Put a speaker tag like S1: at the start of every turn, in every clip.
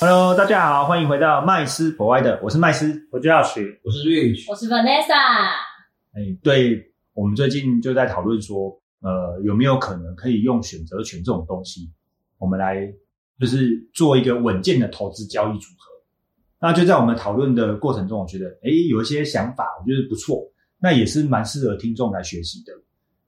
S1: Hello，大家好，欢迎回到麦斯博爱的，我是麦斯。
S2: 我就要学，
S3: 我是 Rich，
S4: 我是 Vanessa，
S1: 哎，对我们最近就在讨论说，呃，有没有可能可以用选择权这种东西，我们来就是做一个稳健的投资交易组合。那就在我们讨论的过程中，我觉得，哎，有一些想法，我觉得不错，那也是蛮适合听众来学习的。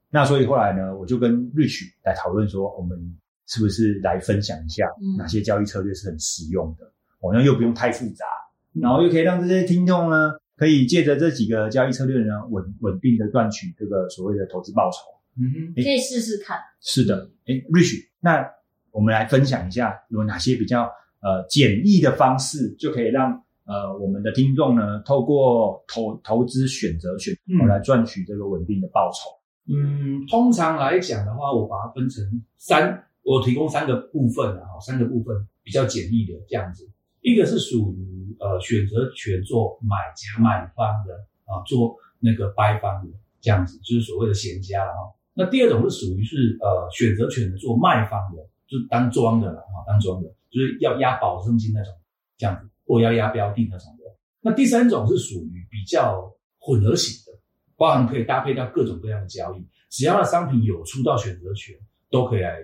S1: 那所以后来呢，我就跟 Rich 来讨论说，我们是不是来分享一下
S4: 嗯
S1: 哪些交易策略是很实用的，好像又不用太复杂，然后又可以让这些听众呢，可以借着这几个交易策略呢，稳稳定的赚取这个所谓的投资报酬。
S3: 嗯
S4: 可以试试看。
S1: 是的，哎，Rich，那我们来分享一下有哪些比较呃简易的方式，就可以让呃我们的听众呢，透过投投资选择选择
S3: 嗯
S1: 来赚取这个稳定的报酬。
S3: 哼，嗯，通常来讲的话，我把它分成三，我提供三个部分啊，三个部分比较简易的这样子。一个是属于呃选择权做买家卖方的啊，做那个 buy 方的这样子，就是所谓的闲家了哈。那第二种是属于是呃选择权的做卖方的，就是当庄的了哈，当庄的，就是要押保证金那种这样子，或要押标定那种的。那第三种是属于比较混合型的，包含可以搭配到各种各样的交易，只要那商品有出到选择权，都可以来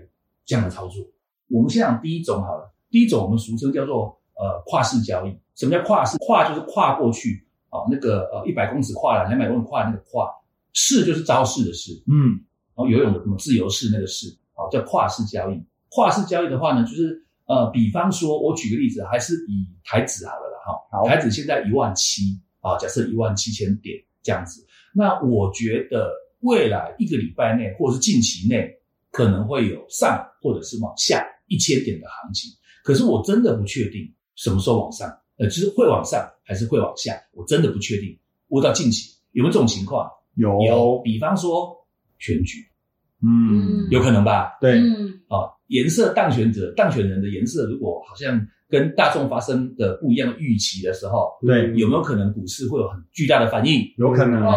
S3: 这样的操作。我们先讲第一种好了，第一种我们俗称叫做呃跨市交易。什么叫跨市？跨就是跨过去，哦，那个呃一百公尺跨栏，两百公尺跨那个跨，市就是招式的市，
S1: 嗯，
S3: 然后游泳的什么自由式那个式，哦，叫跨式交易。跨式交易的话呢，就是呃，比方说，我举个例子，还是以台指好了啦，哈、
S1: 好
S3: 台指现在一万七啊，假设一万七千点这样子，那我觉得未来一个礼拜内或者是近期内可能会有上或者是往下一千点的行情，可是我真的不确定什么时候往上，呃，就是会往上还是会往下，我真的不确定。我到近期有没有这种情况？
S1: 有
S3: 有，比方说选举。
S1: 嗯，
S3: 有可能吧？
S1: 对，
S4: 嗯，
S3: 啊、颜色当选者、当选人的颜色，如果好像跟大众发生的不一样的预期的时候，
S1: 对
S3: 有没有可能股市会有很巨大的反应
S1: 有可能
S4: 对，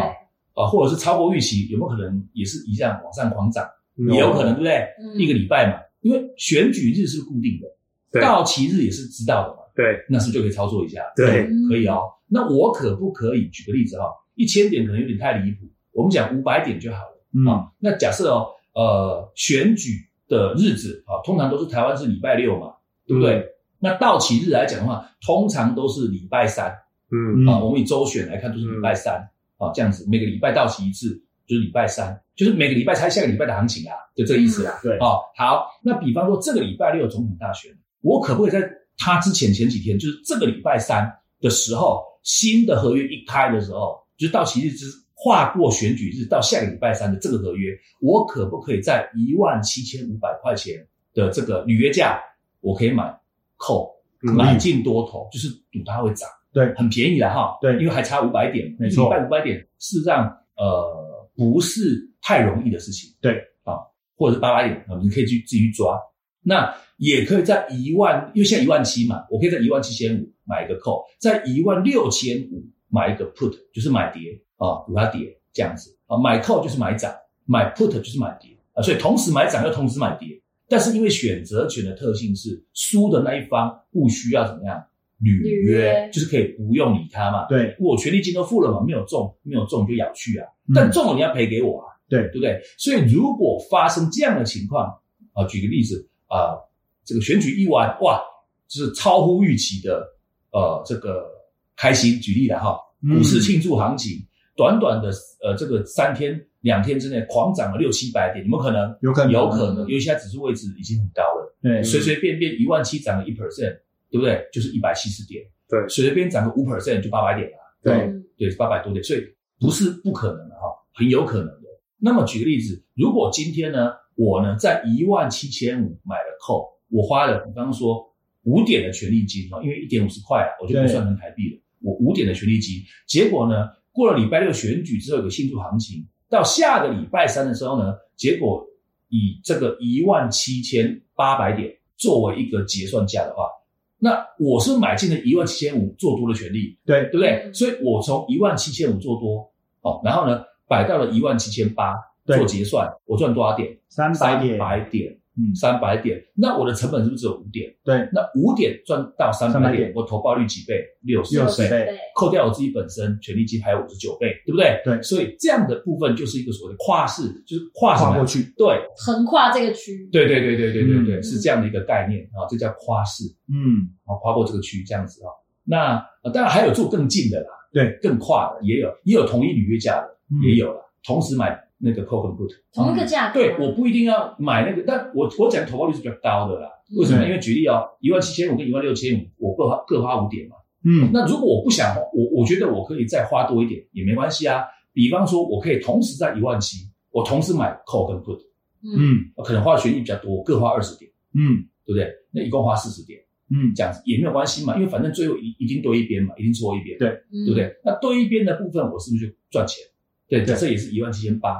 S1: 哦，
S3: 啊、或者是超过预期，有没有可能也是一样往上狂涨？
S1: 有啊
S3: 也有可能，对不对？
S4: 嗯
S3: 一个礼拜嘛，因为选举日是固定的，
S2: 对
S3: 到期日也是知道的嘛，
S2: 对
S3: 那是不是就可以操作一下？
S2: 对，
S4: 嗯
S3: 可以哦。那我可不可以举个例子哈、哦？一千点可能有点太离谱，我们讲五百点就好了。
S1: 嗯
S3: 啊，那假设哦，呃，选举的日子啊，通常都是台湾是礼拜六嘛，对不对？
S2: 嗯
S3: 那到期日来讲的话，通常都是礼拜三
S2: 嗯
S3: 啊。
S1: 嗯，
S3: 我们以周选来看，都是礼拜三啊，这样子，每个礼拜到期一次，就是礼拜三，就是每个礼拜猜下个礼拜的行情啊，就这个意思啦。
S1: 对，
S3: 哦，好，那比方说这个礼拜六总统大选，我可不可以在他之前前几天，就是这个礼拜三的时候，新的合约一开的时候，就是到期日之跨过选举日到下个礼拜三的这个合约，我可不可以在一万七千五百块钱的这个履约价，我可以买扣
S2: 嗯
S3: 买进多头，就是赌它会涨，
S1: 对
S3: 很便宜了哈，
S1: 对
S3: 因为还差五百点，
S1: 没错
S3: 一个礼拜五百点，事实上呃不是太容易的事情，
S1: 对
S3: 啊，或者是八百点，啊你可以去自己去抓，那也可以在一万，因为现在一万七嘛，我可以在一万七千五买一个 call，在一万六千五买一个 put，就是买跌啊，股它跌这样子啊，买 call 就是买涨，买 put 就是买跌啊，所以同时买涨又同时买跌，但是因为选择权的特性是输的那一方不需要怎么样履
S4: 履约
S3: 就是可以不用理他嘛，
S1: 对，
S3: 我权利金都付了嘛，没有中，没有中就咬去啊，但
S1: 嗯
S3: 中了你要赔给我啊，
S1: 对
S3: 对不对？所以如果发生这样的情况啊、举个例子啊、这个选举一完，哇，就是超乎预期的呃这个开心，举例了哈，
S1: 嗯
S3: 股市庆祝行情，短短的呃这个三天两天之内狂涨了六七百点，有没有可能？
S1: 有可能
S3: 有可能，尤其它指数位置已经很高了。
S1: 对，
S3: 随随便便一万七涨个一 percent，对不对？就是一百七十点。
S2: 对
S3: 随随便涨个五 percent 就八百点了，
S1: 对，
S4: 嗯
S3: 对，八百多点，所以不是不可能的哈，很有可能的。那么举个例子，如果今天呢，我呢在一万七千五买了扣，我花了，比方说五点的权利金啊，因为一点五十块啊，我就不算成台币了，我五点的权利金，结果呢，过了礼拜六选举之后有个庆祝行情，到下个礼拜三的时候呢，结果以这个一万七千八百点作为一个结算价的话，那我是买进了一万七千五做多的权利，
S1: 对
S3: 对不对？
S4: 嗯
S3: 所以我从一万七千五做多，哦，然后呢摆到了一万七千八
S1: 对
S3: 做结算，我赚多少点？
S1: 三百点，
S3: 百点。
S1: 嗯
S3: 三百点，那我的成本是不是只有五点？
S1: 对，
S3: 那五点赚到三
S1: 300
S3: 百
S1: 点
S3: 点，我投报率几倍？六十
S1: 60倍
S4: 对，
S3: 扣掉我自己本身权利金还有五十九倍，对不对？
S1: 对
S3: 所以这样的部分就是一个所谓的跨市，就是跨什
S1: 跨
S3: 么？
S1: 过去，
S3: 对，
S4: 横跨这个区，
S3: 对对对对对对对，
S4: 嗯
S3: 是这样的一个概念啊，这叫跨市
S1: 嗯，
S3: 啊，跨过这个区这样子啊。那呃当然还有做更近的啦，
S1: 对，
S3: 更跨的也有，也有同一履约价的
S1: 嗯
S3: 也，有啦，同时买那个 call 跟 put。
S4: 同一个价格，啊
S3: 对，我不一定要买那个，但我我讲投报率是比较高的啦。为什么？
S1: 嗯
S3: 因为举例哦，一万七千五跟一万六千五，我各花各花五点嘛。
S1: 嗯，
S3: 那如果我不想花，我我觉得我可以再花多一点也没关系啊。比方说，我可以同时在一万七，我同时买 call 跟 put，呃
S4: 嗯，
S1: 嗯，
S3: 可能花的权益比较多，各花二十点，
S1: 嗯，
S3: 对不对？那一共花四十点，
S1: 嗯，
S3: 这样子也没有关系嘛，因为反正最后一一定对一边嘛，一定错一边，
S1: 对
S4: 对
S3: 对不？对？那对一边的部分，我是不是就赚钱？对，
S1: 对
S3: 这也是一万七千八，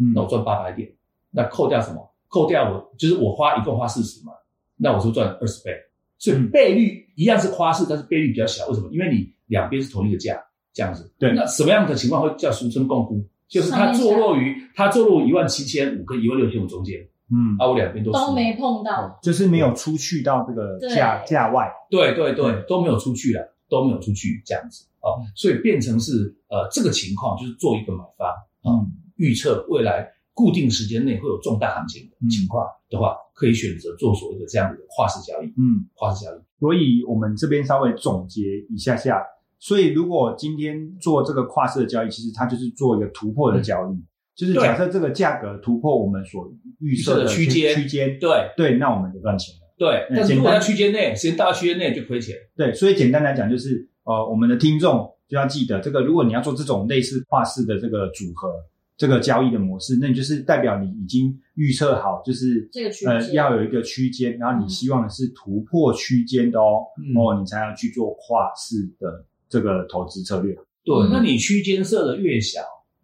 S1: 嗯，
S3: 那我赚八百点，那扣掉什么？扣掉我就是我花一共花四十嘛，那我就赚二十倍，所以
S1: 嗯
S3: 倍率一样是花式，但是倍率比较小。为什么？因为你两边是同一个价，这样子。
S1: 对
S3: 那什么样的情况会叫俗称共估？就是它
S4: 上面下
S3: 坐落于它坐落一万七千五跟一万六千五中间，
S1: 嗯，
S3: 啊，我两边都输
S4: 都没碰到，
S1: 就是没有出去到这个价
S4: 对
S1: 价外，
S3: 对对对
S1: 嗯，
S3: 都没有出去了，都没有出去这样子哦，所以变成是呃这个情况就是做一个买方啊、
S1: 嗯
S3: 预测未来固定时间内会有重大行情的情况的话，可以选择做所谓的这样的跨市交易，
S1: 嗯，
S3: 跨市交易，
S1: 所以我们这边稍微总结一下下。所以，如果今天做这个跨市的交易，其实它就是做一个突破的交易，就是
S3: 嗯对
S1: 假设这个价格突破我们所预
S3: 设
S1: 设
S3: 的
S1: 的
S3: 区间
S1: 区间，
S3: 对
S1: 对，那我们就赚钱了。
S3: 对，
S1: 嗯
S3: 但是
S1: 简单
S3: 如果在区间内，时间大区间内就亏钱，
S1: 对，所以简单来讲就是，呃，我们的听众就要记得，这个如果你要做这种类似跨市的这个组合、这个交易的模式，那你就是代表你已经预测好，就是
S4: 这个区间
S1: 呃要有一个区间，然后你
S4: 嗯
S1: 希望的是突破区间的哦，
S3: 嗯
S1: 哦，你才要去做跨市的这个投资策略。
S3: 对，
S4: 嗯
S3: 那你区间设的越小，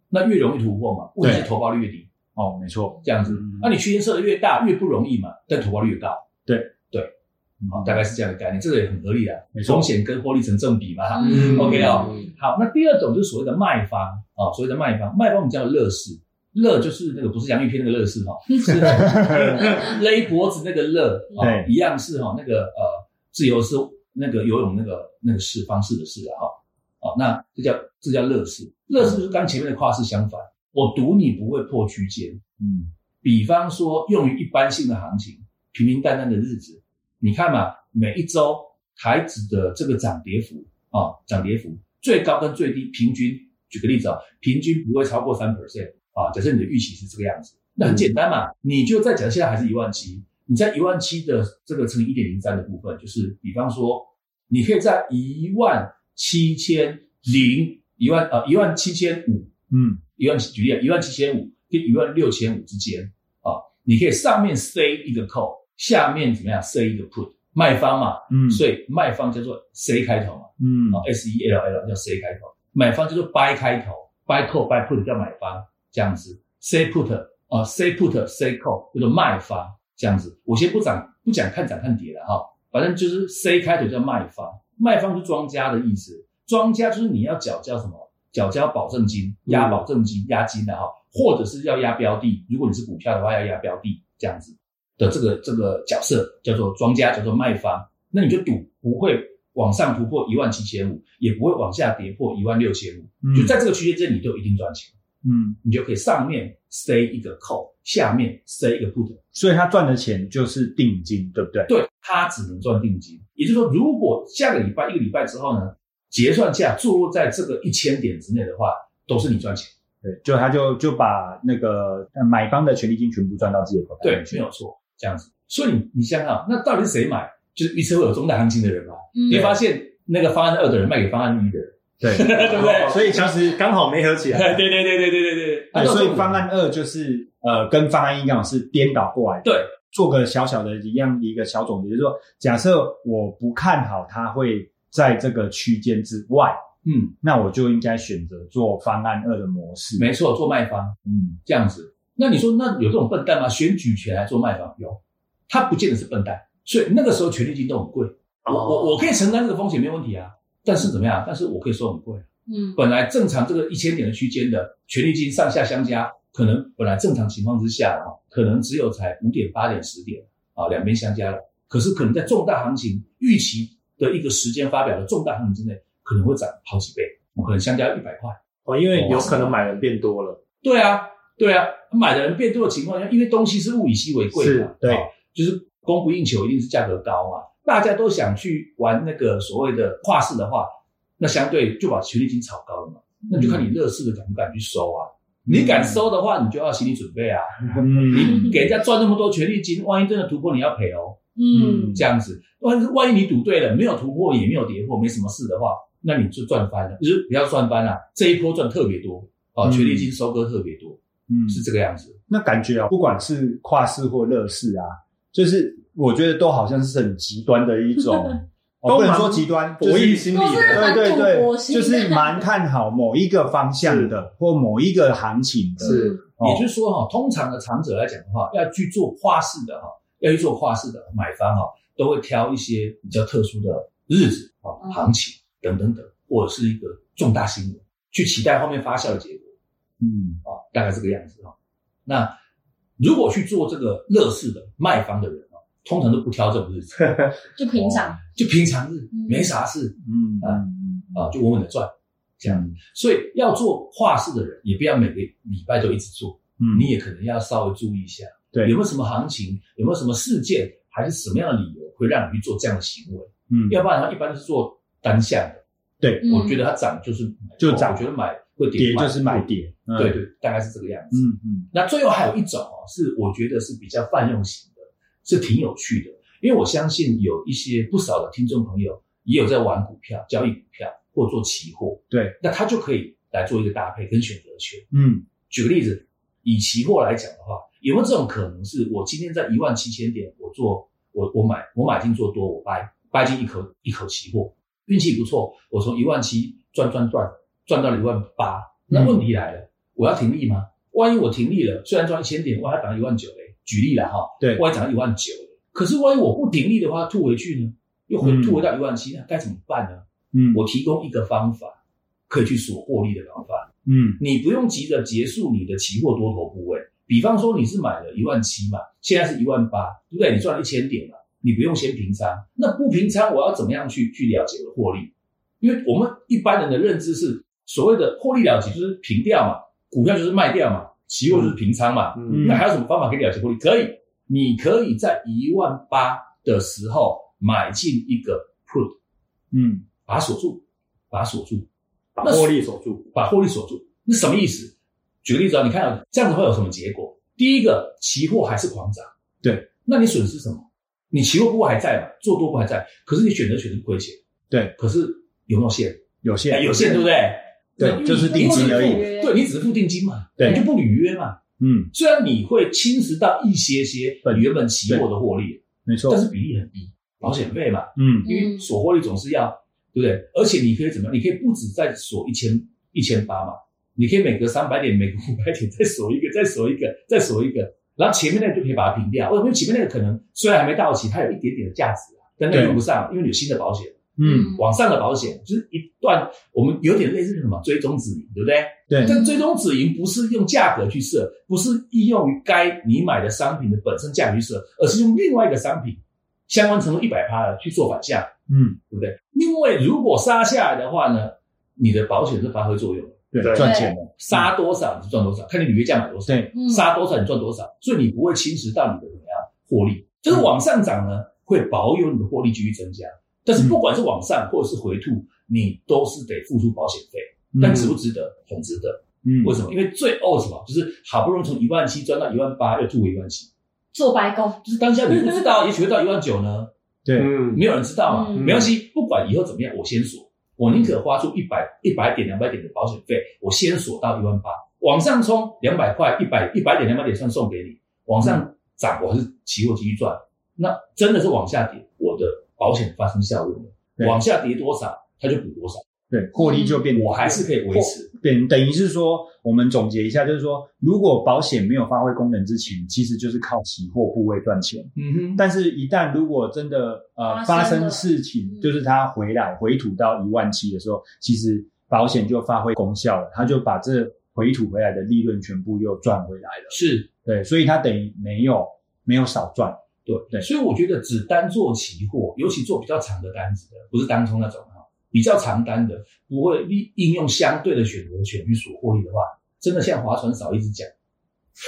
S3: 那越容易突破嘛，问题是
S1: 对
S3: 投报率越低，
S1: 哦，没错，
S3: 这样子
S1: 嗯，
S3: 那你区间设的越大越不容易嘛，但投报率越高，啊，大概是这样的概念，这个也很合理啊
S1: 没，错
S3: 风险跟获利成正比嘛，
S4: 嗯
S3: OK
S4: 啊
S3: 哦，好，那第二种就是所谓的卖方啊、所谓的卖方，卖方我们叫乐视，乐就是那个不是洋芋片那个乐视哈、是勒脖子那个乐啊、
S1: 对
S3: 一样是哈、那个呃自由式那个游泳那个那个式方式的式啊哈，哦、那这叫这叫乐视，乐视就是刚前面的跨式相反，我赌你不会破区间，
S1: 嗯
S3: 比方说用于一般性的行情，平平淡淡的日子，你看嘛，每一周台指的这个涨跌幅啊、涨跌幅最高跟最低平均，举个例子啊、平均不会超过三 percent 啊。假设你的预期是这个样子，那很简单嘛，你就再假设现在还是一万七，你在一万七的这个乘以一点零三的部分，就是比方说，你可以在一万七千零一万呃一万七千五
S1: 嗯
S3: 一万举例一万七千五跟一万六千五之间啊、你可以上面塞一个 call，下面怎么样塞一个 put，卖方嘛，
S1: 嗯，
S3: 所以卖方叫做 C 开头嘛，
S1: 嗯
S3: 啊、S E L L 叫 C 开头，买方叫做 buy 开头，buy call buy put 叫买方这样子，C put 啊、C put C call 叫做卖方这样子，我先不讲不讲看涨看跌了哈、反正就是 C 开头叫卖方，卖方是庄家的意思，庄家就是你要缴交什么？缴交保证金、押保证金、押金的哈，或者是要押标的。如果你是股票的话，要押标的这样子的这个这个角色叫做庄家，叫做卖方。那你就赌不会往上突破一万七千五，也不会往下跌破一万六千五，
S1: 嗯
S3: 就在这个区间之内，你都一定赚钱。
S1: 嗯，
S3: 你就可以上面塞一个 call，下面塞一个 put，
S1: 所以他赚的钱就是定金，对不对？
S3: 对，它只能赚定金。也就是说，如果下个礼拜一个礼拜之后呢，结算价坐落在这个一千点之内的话，都是你赚钱。
S1: 对，就他就就把那个呃买方的权利金全部赚到自己的口袋
S3: 对
S1: 里，去。
S3: 没有错，这样子。所以你你想想，那到底是谁买？就是预测会有重大行情的人嘛。
S4: 嗯
S3: 你会发现那个方案二的人卖给方案一的人，
S1: 对
S3: 对不 对？
S2: 所以其实刚好没合起
S3: 对
S2: 来。
S3: 对对对对对对对。
S1: 啊对，
S3: 那
S1: 所以方案二就是呃跟方案一刚好是颠倒过来的。
S3: 对，
S1: 做个小小的一样一个小总结，就是说，假设我不看好它会在这个区间之外，
S3: 嗯，
S1: 那我就应该选择做方案二的模式。
S3: 没错，做卖方
S1: 嗯，
S3: 这样子。那你说，那有这种笨蛋吗？选举权来做卖方有，他不见得是笨蛋。所以那个时候权利金都很贵，我
S1: 哦
S3: 我我可以承担这个风险没有问题啊。但是怎么样？但是我可以收很贵。啊
S4: 嗯，
S3: 本来正常这个一千点的区间的权利金上下相加，可能本来正常情况之下啊，可能只有才五点、八点、十点啊，两边相加了。可是可能在重大行情预期的一个时间发表的重大行情之内，可能会涨好几倍，可能相加一百块。
S2: 哦，因为有可能买人变多了，
S3: 对啊，对啊，买的人变多的情况下，因为东西是物以稀为贵嘛
S2: 是，对
S3: 啊就是供不应求，一定是价格高嘛。大家都想去玩那个所谓的跨市的话，那相对就把权利金炒高了嘛。那就看你乐视的敢不敢去收啊。你敢收的话，你就要心理准备啊。
S1: 嗯，
S3: 给人家赚那么多权利金，万一真的突破，你要赔哦。
S4: 嗯，
S3: 这样子，万一万一你赌对了，没有突破也没有跌破，没什么事的话，那你就赚翻了，就是不要赚翻了、啊这一波赚特别多哦，
S1: 嗯
S3: 权利金收割特别多，
S1: 嗯
S3: 是这个样子。
S1: 那感觉啊，不管是跨市或乐市啊，就是我觉得都好像是很极端的一 种，哦、
S2: 都蛮
S1: 不能说极端，
S2: 博弈
S1: 就是
S2: 心理
S4: 都是
S2: 的，
S1: 对
S4: 蛮
S1: 对
S4: 赌博
S1: 对，
S4: 心
S1: 就
S4: 的
S1: 是蛮看好某一个方向的或某一个行情的，
S2: 是
S1: 哦
S3: 也就是说哈、通常的长者来讲的话，要去做跨市的哈、要去做跨市的买方哈、都会挑一些比较特殊的日子啊、
S4: 嗯
S3: 行情等等等，或者是一个重大新闻，去期待后面发酵的结果。
S1: 嗯
S3: 啊，大概这个样子啊。那如果去做这个乐视的卖方的人啊，通常都不挑这种 日子，
S4: 就平常，
S3: 就平常日
S4: 嗯
S3: 没啥事
S1: 嗯
S3: 啊
S1: 嗯
S3: 啊，就稳稳的赚这样。所以要做跨市的人，也不要每个礼拜都一直做，
S1: 嗯，
S3: 你也可能要稍微注意一下，
S1: 对
S3: 有没有什么行情，有没有什么事件，还是什么样的理由会让你去做这样的行为？
S1: 嗯
S3: 要不然的话，一般是做单向的。
S1: 对
S4: 嗯
S3: 哦我觉得它涨就是买
S1: 就涨
S3: 我觉得买会跌
S1: 跌就是买，跌，嗯
S3: 对，对，大概是这个样子。
S1: 嗯嗯
S3: 那最后还有一种哦，是我觉得是比较泛用型的，是挺有趣的，因为我相信有一些不少的听众朋友也有在玩股票、交易股票或做期货，
S1: 对，
S3: 那他就可以来做一个搭配跟选择权。
S1: 嗯
S3: 举个例子，以期货来讲的话，有没有这种可能是我今天在一万七千点，我做我我买我买进做多，我掰掰进一口一口期货，运气不错，我从一万七赚赚赚赚到了一万八。
S1: 嗯
S3: 那问题来了，我要停利吗？万一我停利了，虽然赚一千点，万一涨到一万九嘞，举例了哈，
S1: 对
S3: 万一涨到一万九嘞，可是万一我不停利的话，吐回去呢，又回
S1: 嗯
S3: 吐回到一万七，那该怎么办呢？
S1: 嗯
S3: 我提供一个方法，可以去锁获利的方法。
S1: 嗯
S3: 你不用急着结束你的期货多头部位。比方说你是买了一万七嘛，现在是一万八，对不对？你赚了一千点嘛，你不用先平仓。那不平仓，我要怎么样去去了解我的获利？因为我们一般人的认知是，所谓的获利了结就是平掉嘛，股票就是卖掉嘛，期货就是平仓嘛。
S2: 嗯
S3: 那还有什么方法可以了解获利？可以，你可以在一万八的时候买进一个 put，
S1: 嗯
S3: 把它锁住，把它锁住。
S2: 把获利锁住，
S3: 把获利锁住。那什么意思？举个例子啊，你看啊这样子会有什么结果？第一个，期货还是狂涨，
S1: 对，
S3: 那你损失什么？你期货部还在嘛，做多部还在，可是你选择权是亏钱，
S1: 对，
S3: 可是有没有限？
S1: 有
S3: 哎
S1: 限
S3: 有限，对不对？
S1: 对
S3: 那你
S1: 就是定金而已
S3: 你只付对你只付定金嘛，
S1: 对
S3: 你就不履约嘛。
S1: 嗯
S3: 虽然你会侵蚀到一些些
S1: 本
S3: 你原本期货的获利，
S1: 没错
S3: 但是比例很低，保险费嘛，
S1: 嗯
S3: 因为锁获利总是要，对不对？而且你可以怎么样？你可以不止再锁一千一千八嘛，你可以每隔三百点、每隔五百点再 锁一个，再锁一个，再锁一个，然后前面那个就可以把它平掉。为什么前面那个可能虽然还没到期，它有一点点的价值啊，但那个
S1: 对
S3: 用不上，因为你有新的保险，
S1: 嗯
S3: 网上的保险就是一段我们有点类似什么追踪止盈，对不对？
S4: 嗯
S1: 对
S3: 但追踪止盈不是用价格去设，不是应用于该你买的商品的本身价格去设，而是用另外一个商品相关程度一百趴的去做反向。
S1: 嗯
S3: 对不对？因为如果杀下来的话呢，你的保险是发挥作用的，
S1: 对
S2: 对
S1: 赚钱了
S3: 杀多少你就赚多少，看你履约价买多少，
S1: 对
S4: 嗯
S3: 杀多少你赚多少，所以你不会侵蚀到你的怎么样获
S1: 嗯
S3: 利，就是往上涨呢，会保有你的获利继续增加，但是不管是往上或者是回吐，你都是得付出保险费，但值不值得？很值得，
S1: 嗯
S3: 为什么？因为最后什么？就是好不容易从一万七赚到一万八，又吐回一万七，
S4: 做白工，
S3: 就是当下你不知道，也许会到一万九呢。
S1: 对
S2: 嗯
S3: 没有人知道嘛，啊
S4: 嗯
S3: 没关系，不管以后怎么样，我先锁，我宁可花出一百一百点、两百点的保险费，我先锁到一万八，往上冲两百块，一百一百点、两百点算送给你，往上涨我还是期货继续赚，那真的是往下跌，我的保险发生效用
S1: 对
S3: 了，往下跌多少它就补多少，
S1: 对获利就变
S3: 嗯我还是可以维持，
S1: 等等于是说，我们总结一下，就是说，如果保险没有发挥功能之前，其实就是靠期货部位赚钱。
S3: 嗯哼，
S1: 但是，一旦如果真的呃发
S4: 发生
S1: 生
S4: 了
S1: 事情，
S4: 嗯
S1: 就是它回来回吐到一万七的时候，其实保险就发挥功效了，它就把这
S5: 回吐回来的利润全部又赚回来了。
S3: 是
S5: 对，所以它等于没有没有少 赚。
S3: 对
S5: 对
S3: 所以我觉得只单做期货，尤其做比较长的单子的，不是当冲那种哈，比较长单的，不会应应用相对的选择权去所获利的话，真的像划船少一只桨。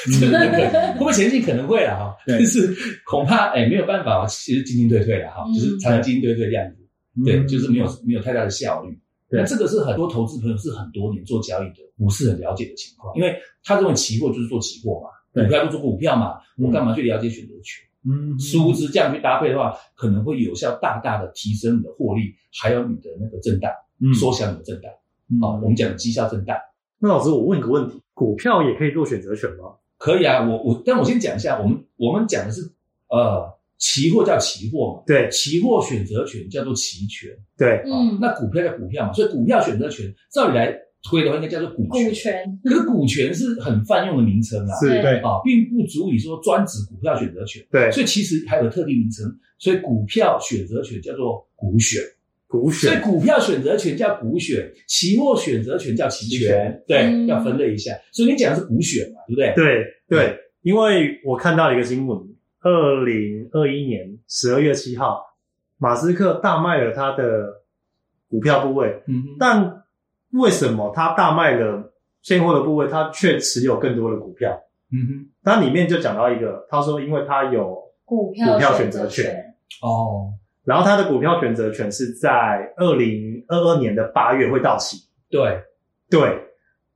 S1: 嗯
S3: 真的可能会不会前进可能会了哈，
S5: 对
S3: 但是恐怕哎没有办法，其实进进退退了哈，
S4: 嗯
S3: 就是常常进进退退这样子，
S1: 嗯
S3: 对，就是没有没有太大的效率。
S5: 嗯对
S3: 那这个是很多投资朋友是很多年做交易的，不是很了解的情况，因为他认为期货就是做期货嘛，
S5: 对
S3: 股票就做股票嘛，
S5: 嗯
S3: 我干嘛去了解选择权？
S5: 嗯
S3: 殊不知这样去搭配的话，可能会有效大大的提升你的获利，还有你的那个震荡，
S5: 嗯
S3: 缩小你的震荡。
S5: 嗯
S3: 哦，我们讲的绩效震荡
S1: 那老师，我问个问题：股票也可以做选择权吗？
S3: 可以啊。我我，但我先讲一下，我们我们讲的是呃，期货叫期货嘛，
S1: 对
S3: 期货选择权叫做期权，
S1: 对，
S3: 哦
S4: 嗯，
S3: 那股票叫股票嘛，所以股票选择权照理来推的话，应该叫做股
S4: 股
S3: 权。
S4: 权
S3: 可是股权是很泛用的名称啊，
S1: 是
S5: 对
S3: 啊，并不足以说专指股票选择权。
S1: 对，
S3: 所以其实还有特定名称，所以股票选择权叫做股选。
S1: 股
S3: 所以
S1: 选
S3: 股票选择权叫股选，期货选择权叫期
S1: 期
S3: 权
S1: 权，
S3: 对，
S4: 嗯
S3: 要分类一下。所以你讲的是股选嘛，对不对？
S1: 对对，因为我看到一个新闻，二零二一年十二月七号，马斯克大卖了他的股票部位，
S3: 嗯哼，
S1: 但为什么他大卖了现货的部位，他却持有更多的股票？
S3: 嗯
S1: 它里面就讲到一个，他说因为他有，
S4: 股票
S1: 股票
S4: 选
S1: 选
S4: 择
S1: 择权
S4: 权，
S3: 哼，哦，
S1: 然后他的股票选择权是在二零二二年的八月会到期。
S3: 对，
S1: 对，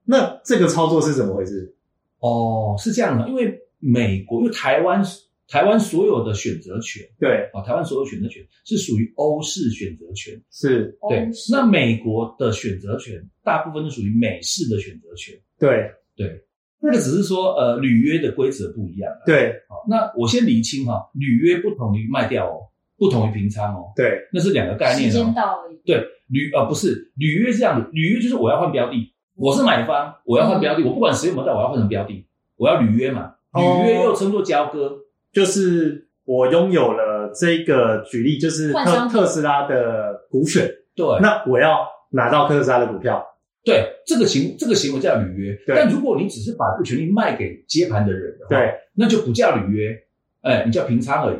S1: 那这个操作是怎么回事？
S3: 哦，是这样的，因为美国，因为台湾，台湾所有的选择权
S1: 对，
S3: 啊、哦，台湾所有选择权是属于欧式选择权，
S1: 是，
S3: 对
S4: 哦。
S3: 那美国的选择权大部分是属于美式的选择权，
S1: 对
S3: 那个只是说呃履约的规则不一样、啊。
S1: 对
S3: 好，那我先厘清哈、履约不同于卖掉哦，不同于平仓哦，
S1: 对
S3: 那是两个概念
S4: 时
S3: 哦
S4: 间。到而已，
S3: 对，履呃不是履约是这样的，履约就是我要换标的，我是买方，我要换标的，我不管谁有没有到，我要换成标的，我要履约嘛。履
S1: 哦
S3: 约又称作交割，
S1: 就是我拥有了这个举例，就是
S4: 换商
S1: 特
S4: 品
S1: 特斯拉的股选，
S3: 对
S1: 那我要拿到特斯拉的股票，
S3: 对，这个行这个行为叫履约。
S1: 对
S3: 但如果你只是把这个权利卖给接盘的人的话，，
S1: 对，
S3: 那就不叫履约，哎，你叫平仓而已。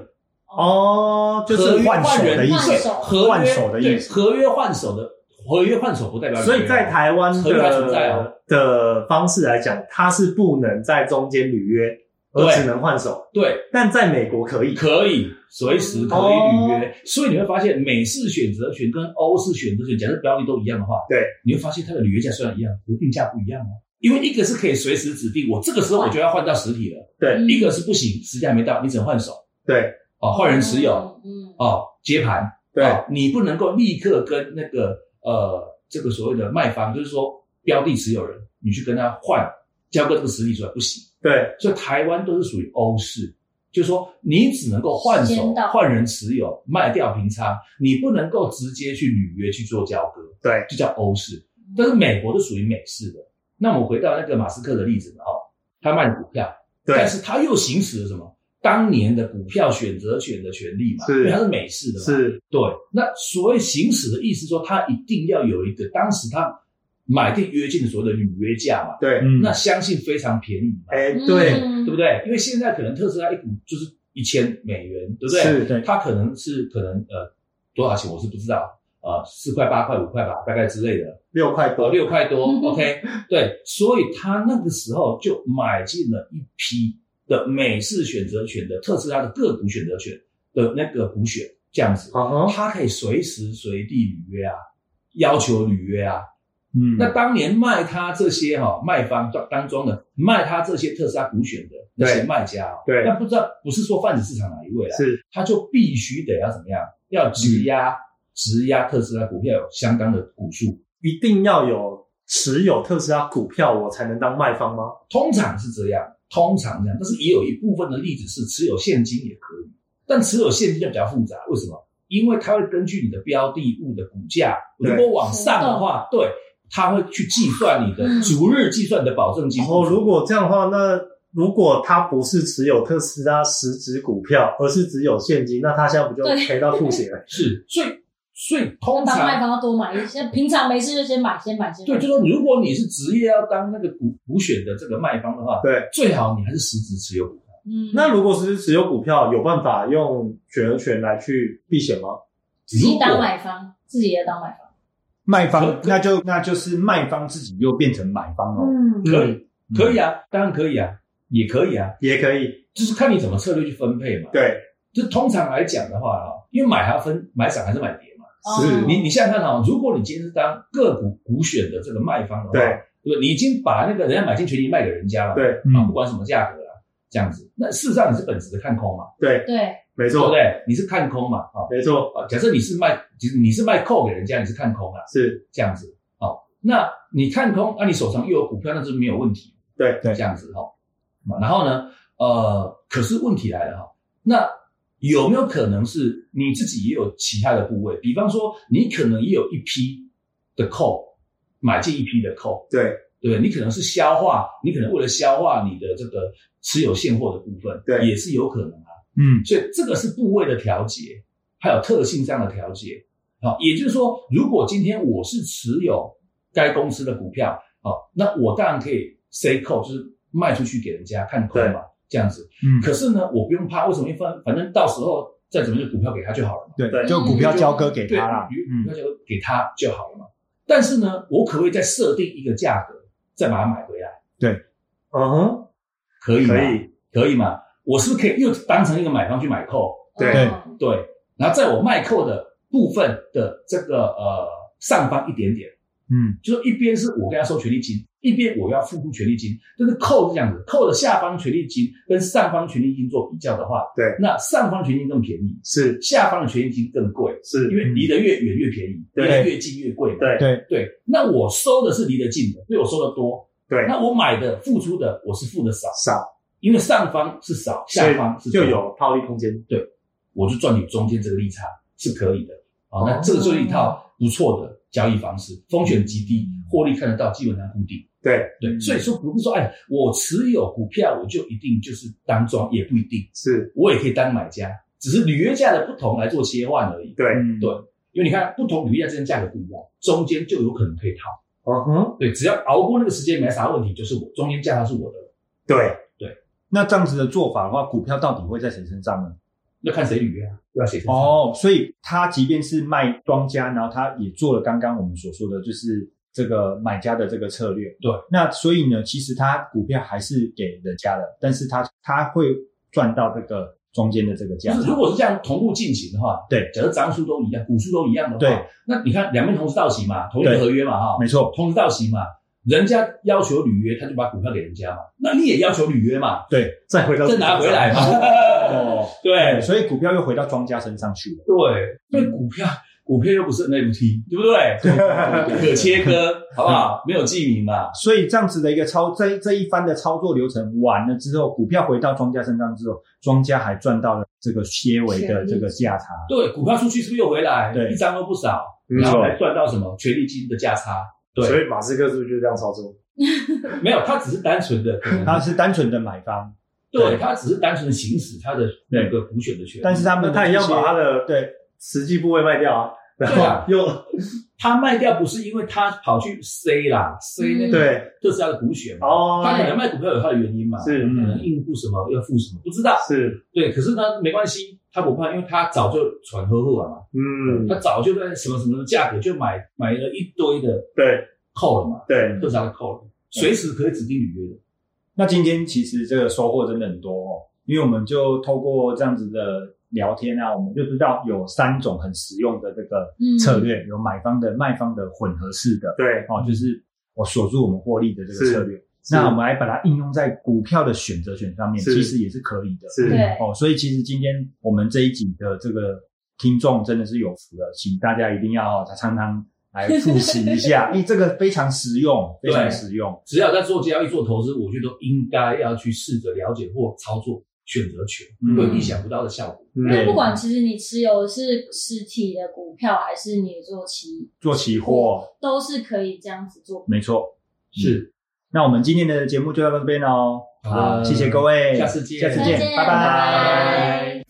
S1: 哦，就
S3: 合
S1: 是
S3: 约
S5: 换手
S3: 人
S5: 的意思
S4: 换手
S3: 合约
S5: 换手的意思
S3: 对合约换手的合约换手不代表履约哦，
S1: 所以在台湾
S3: 合约还存在哦
S1: 的的方式来讲，它是不能在中间履约，而
S3: 对
S1: 只能换手。
S3: 对
S1: 但在美国可以。
S3: 可以随时可以履约，所以你会发现美式选择权跟欧式选择权，假设标的都一样的话，
S1: 对，
S3: 你会发现它的履约价虽然一样，可是定价不一样哦。因为一个是可以随时指定，我这个时候我就要换到实体了，
S4: 嗯
S3: 一个是不行，时间还没到，你只能换手
S1: 对
S3: 哦，换人持有，
S4: 嗯，
S3: 哦，接盘，
S1: 对
S3: 哦你不能够立刻跟那个呃这个所谓的卖方，就是说标的持有人，你去跟他换交割这个实体出来不行。
S1: 对
S3: 所以台湾都是属于欧式，就是说你只能够换
S4: 时
S3: 手
S4: 间到
S3: 换人持有，卖掉平仓，你不能够直接去履约去做交割，
S1: 对
S3: 就叫欧式。但是美国都属于美式的。那我们回到那个马斯克的例子哦，他卖股票，但
S1: 对
S3: 是他又行使了什么？当年的股票选择权的权利嘛，
S1: 是
S3: 因为他是美式的嘛，
S1: 是，
S3: 对。那所谓行使的意思说，他一定要有一个当时他买定约进的所谓的履约价嘛，
S1: 对，
S5: 嗯
S3: 那相信非常便宜嘛，
S1: 哎对
S4: 嗯。
S3: 对不对？因为现在可能特斯拉一股就是一千美元，对不对？
S1: 是
S5: 对
S3: 它可能是可能呃多少钱我是不知道，呃四块八块五块吧，大概之类的，
S1: 六块
S3: 呃
S1: 多，
S3: 六块多 OK，对，所以他那个时候就买进了一批的美式选择权的特斯拉的个股选择权的那个股选，这样子，
S1: 哦，
S3: 他可以随时随地履约啊，要求履约啊，
S5: 嗯
S3: 那当年卖他这些哈、卖方当当中的卖他这些特斯拉股选的那些
S1: 对
S3: 卖家、哦，
S1: 对
S3: 那不知道不是说泛指市场哪一位啦，
S1: 是嗯
S3: 他就必须得要怎么样，要质押质押特斯拉股票有相当的股数，
S1: 一定要有持有特斯拉股票，我才能当卖方吗？
S3: 通常是这样，通常这样，但是也有一部分的例子是持有现金也可以，但持有现金就比较复杂，为什么？因为它会根据你的标的物的股价，
S1: 对
S3: 如果往上的话，对，它会去计算你的
S4: 嗯
S3: 逐日计算你的保证金。
S1: 哦，如果这样的话，那如果他不是持有特斯拉实质股票，而是只有现金，那他现在不就
S4: 对
S1: 赔到吐血了？
S3: 是，所以所以通
S4: 那当卖
S3: 常
S4: 方要多买一些，平常没事就先买，先买，先买。
S3: 对，就说如果你是职业要当那个股股选的这个卖方的话，
S2: 对，
S3: 最好你还是实质持有股票。
S4: 嗯，
S2: 那如果是持有股票，有办法用选择权来去避险吗？
S4: 自己当买方，自己也当买方。
S1: 卖
S3: 可
S1: 方
S3: 可
S1: 那就那就是卖方自己又变成买方哦。
S4: 嗯
S3: 可以，可以啊，当然可以啊，也可以啊，
S1: 嗯
S2: 也可以，
S3: 就是看你怎么策略去分配嘛。
S2: 对，
S3: 就通常来讲的话啊，因为买它分买涨还是买跌嘛。
S4: 哦
S2: 是
S3: 你你想想看啊，如果你今天是当个股股选的这个卖方的话，
S2: 对
S3: 对不对，你已经把那个人家买进去，你卖给人家了，
S2: 对
S3: 啊，
S1: 嗯
S3: 不管什么价格啊，这样子，那事实上你是本质的看空嘛，
S2: 对，
S4: 对，
S2: 没
S3: 对不
S2: 错，
S3: 对？你是看空嘛，啊
S2: 没错，
S3: 啊，假设你是卖，其实你是卖扣给人家，你是看空啊，
S2: 是
S3: 这样子，哦，那你看空，那、你手上又有股票，那是没有问题，
S2: 对
S1: 对
S3: 这样子哦。然后呢，呃，可是问题来了哈、哦那有没有可能是你自己也有其他的部位？比方说，你可能也有一批的扣买进一批的扣，
S2: 对
S3: 对不对？你可能是消化，你可能为了消化你的这个持有现货的部分，
S2: 对
S3: 也是有可能啊。
S1: 嗯，
S3: 所以这个是部位的调节，还有特性上的调节。好，也就是说，如果今天我是持有该公司的股票，好，那我当然可以 say call，就是卖出去给人家看空嘛，这样子。
S1: 嗯
S3: 可是呢，我不用怕，为什么？因为反反正到时候再怎么就股票给他就好了嘛，
S2: 对
S1: 对，就股票交割给他啦。
S3: 对，股
S1: 嗯
S3: 票就给他就好了嘛。但是呢，我可不可以再设定一个价格，再把它买回来？
S2: 嗯哼，
S3: 可以吗？
S2: 可以，
S3: 可以吗？我是不是可以又当成一个买方去买扣？
S2: 对
S4: 嗯
S3: 对，然后在我卖扣的部分的这个呃上方一点点，
S1: 嗯，
S3: 就是一边是我跟他收权利金，一边我要付出权利金，但是扣是这样子，扣的下方权利金跟上方权利金做比较的话，
S2: 对，
S3: 那上方权利金更便宜，
S2: 是
S3: 下方的权利金更贵，
S2: 是
S3: 因，为离得越远越便宜，离
S2: 对
S3: 得越近越贵嘛。
S2: 对
S1: 对，
S3: 对，那我收的是离得近的，所以我收的多。
S2: 对，
S3: 那我买的付出的我是付的少，
S2: 少，
S3: 因为上方是少，
S2: 所
S3: 下
S2: 以
S3: 方是
S2: 就
S3: 多
S2: 有套利空间，
S3: 我就赚你中间这个利差是可以的啊、
S2: 哦
S3: 那这个就是一套不错的交易方式，风险极低，获利看得到，基本上固定。
S2: 对，
S3: 对，
S1: 嗯
S3: 所以说不是说哎，我持有股票我就一定就是当庄，也不一定，
S2: 是，
S3: 我也可以当买家，只是履约价的不同来做切换而已。，
S2: 对，
S1: 嗯
S3: 对因为你看不同履约价之间价格不一样，中间就有可能可以套。
S2: 嗯哼，
S3: 对，只要熬过那个时间没啥问题，就是我中间价它是我的，
S2: 对，
S1: 那这样子的做法的话，股票到底会在谁身上呢？
S3: 要看谁履约啊，要谁承担。
S1: 哦，所以他即便是卖庄家，然后他也做了刚刚我们所说的，就是这个买家的这个策略。
S3: 对，
S1: 那所以呢，其实他股票还是给人家的，但是他他会赚到这个中间的这个价
S3: 就
S1: 差
S3: 是。如果是这样同步进行的话，
S1: 对
S3: 假如张数都一样，股数都一样的话，
S1: 对，
S3: 那你看两边同时到期嘛，同一个
S1: 对
S3: 合约嘛，哈，
S1: 没错，
S3: 同时到期嘛，人家要求履约，他就把股票给人家嘛，那你也要求履约嘛，
S2: 再回到
S3: 再拿回来嘛，
S1: 哦，
S3: 对
S1: 对，所以股票又回到庄家身上去了。
S3: 对，因为股票股票又不是 NFT，对不对？可切割，好不好？没有记名嘛，
S1: 所以这样子的一个操这这一番的操作流程完了之后，股票回到庄家身上之后，庄家还赚到了这个些微的这个价差。
S3: 对，股票出去是不是又回来？
S1: 对
S3: 一张都不少，
S2: 没
S3: 然后
S2: 错，
S3: 还赚到什么权利金的价差？对
S2: 所以马斯克是不是就这样操作？
S3: 没有，他只是单纯的，
S1: 他是单纯的买方，
S3: 对
S1: 对
S3: 他只是单纯行使他的那个股选的权利，
S1: 但是他们
S2: 那
S1: 的
S2: 他也
S1: 这
S2: 要
S1: 些
S2: 把他的
S1: 对
S2: 实际部位卖掉啊，然
S3: 对啊
S2: 后又
S3: 他卖掉不是因为他跑去 C 啦，C 那
S4: 嗯
S3: 个
S2: 对，
S3: 这是他的股选嘛，
S2: 哦，
S3: 他可能卖股票有他的原因嘛，
S2: 是嗯
S3: 可能应付什么要付什么不知道，
S2: 是，
S3: 对，可是呢没关系，他不怕，因为他早就传呵呵了嘛，
S2: 嗯，
S3: 他早就在什么什么的价格就买买了一堆的
S2: 对
S3: 扣了嘛，
S2: 对，
S3: 这是他的扣
S2: 嗯
S3: 了，随时可以指定履约的，
S1: 那今天其实这个收获真的很多哦，因为我们就透过这样子的聊天啊，我们就知道有三种很实用的这个
S4: 嗯
S1: 策略，有买方的、卖方的、混合式的
S2: 对，
S1: 哦，就是我锁住我们获利的这个策略。
S2: 嗯是
S1: 那我们来把它应用在股票的选择权上面，
S2: 是
S1: 其实也是可以的。
S2: 是，
S4: 对
S1: 哦，所以其实今天我们这一集的这个听众真的是有福了，请大家一定要哦常常来复习一 下，因为这个非常实用，非常
S3: 对
S1: 实用。
S3: 只要在做交易做投资，我觉得都应该要去试着了解或操作选择权，
S1: 嗯
S3: 会有意想不到的效果，
S4: 因为
S2: 嗯，
S4: 不管其实你持有的是实体的股票，还是你做期，
S1: 做期货，
S4: 都是可以这样子做。
S1: 没错。
S3: 是，
S1: 那我们今天的节目就到这边喽，
S3: 好的
S1: 好，谢谢各位，
S3: 下次见
S1: 下次见，
S4: 再见
S1: 拜
S4: 拜拜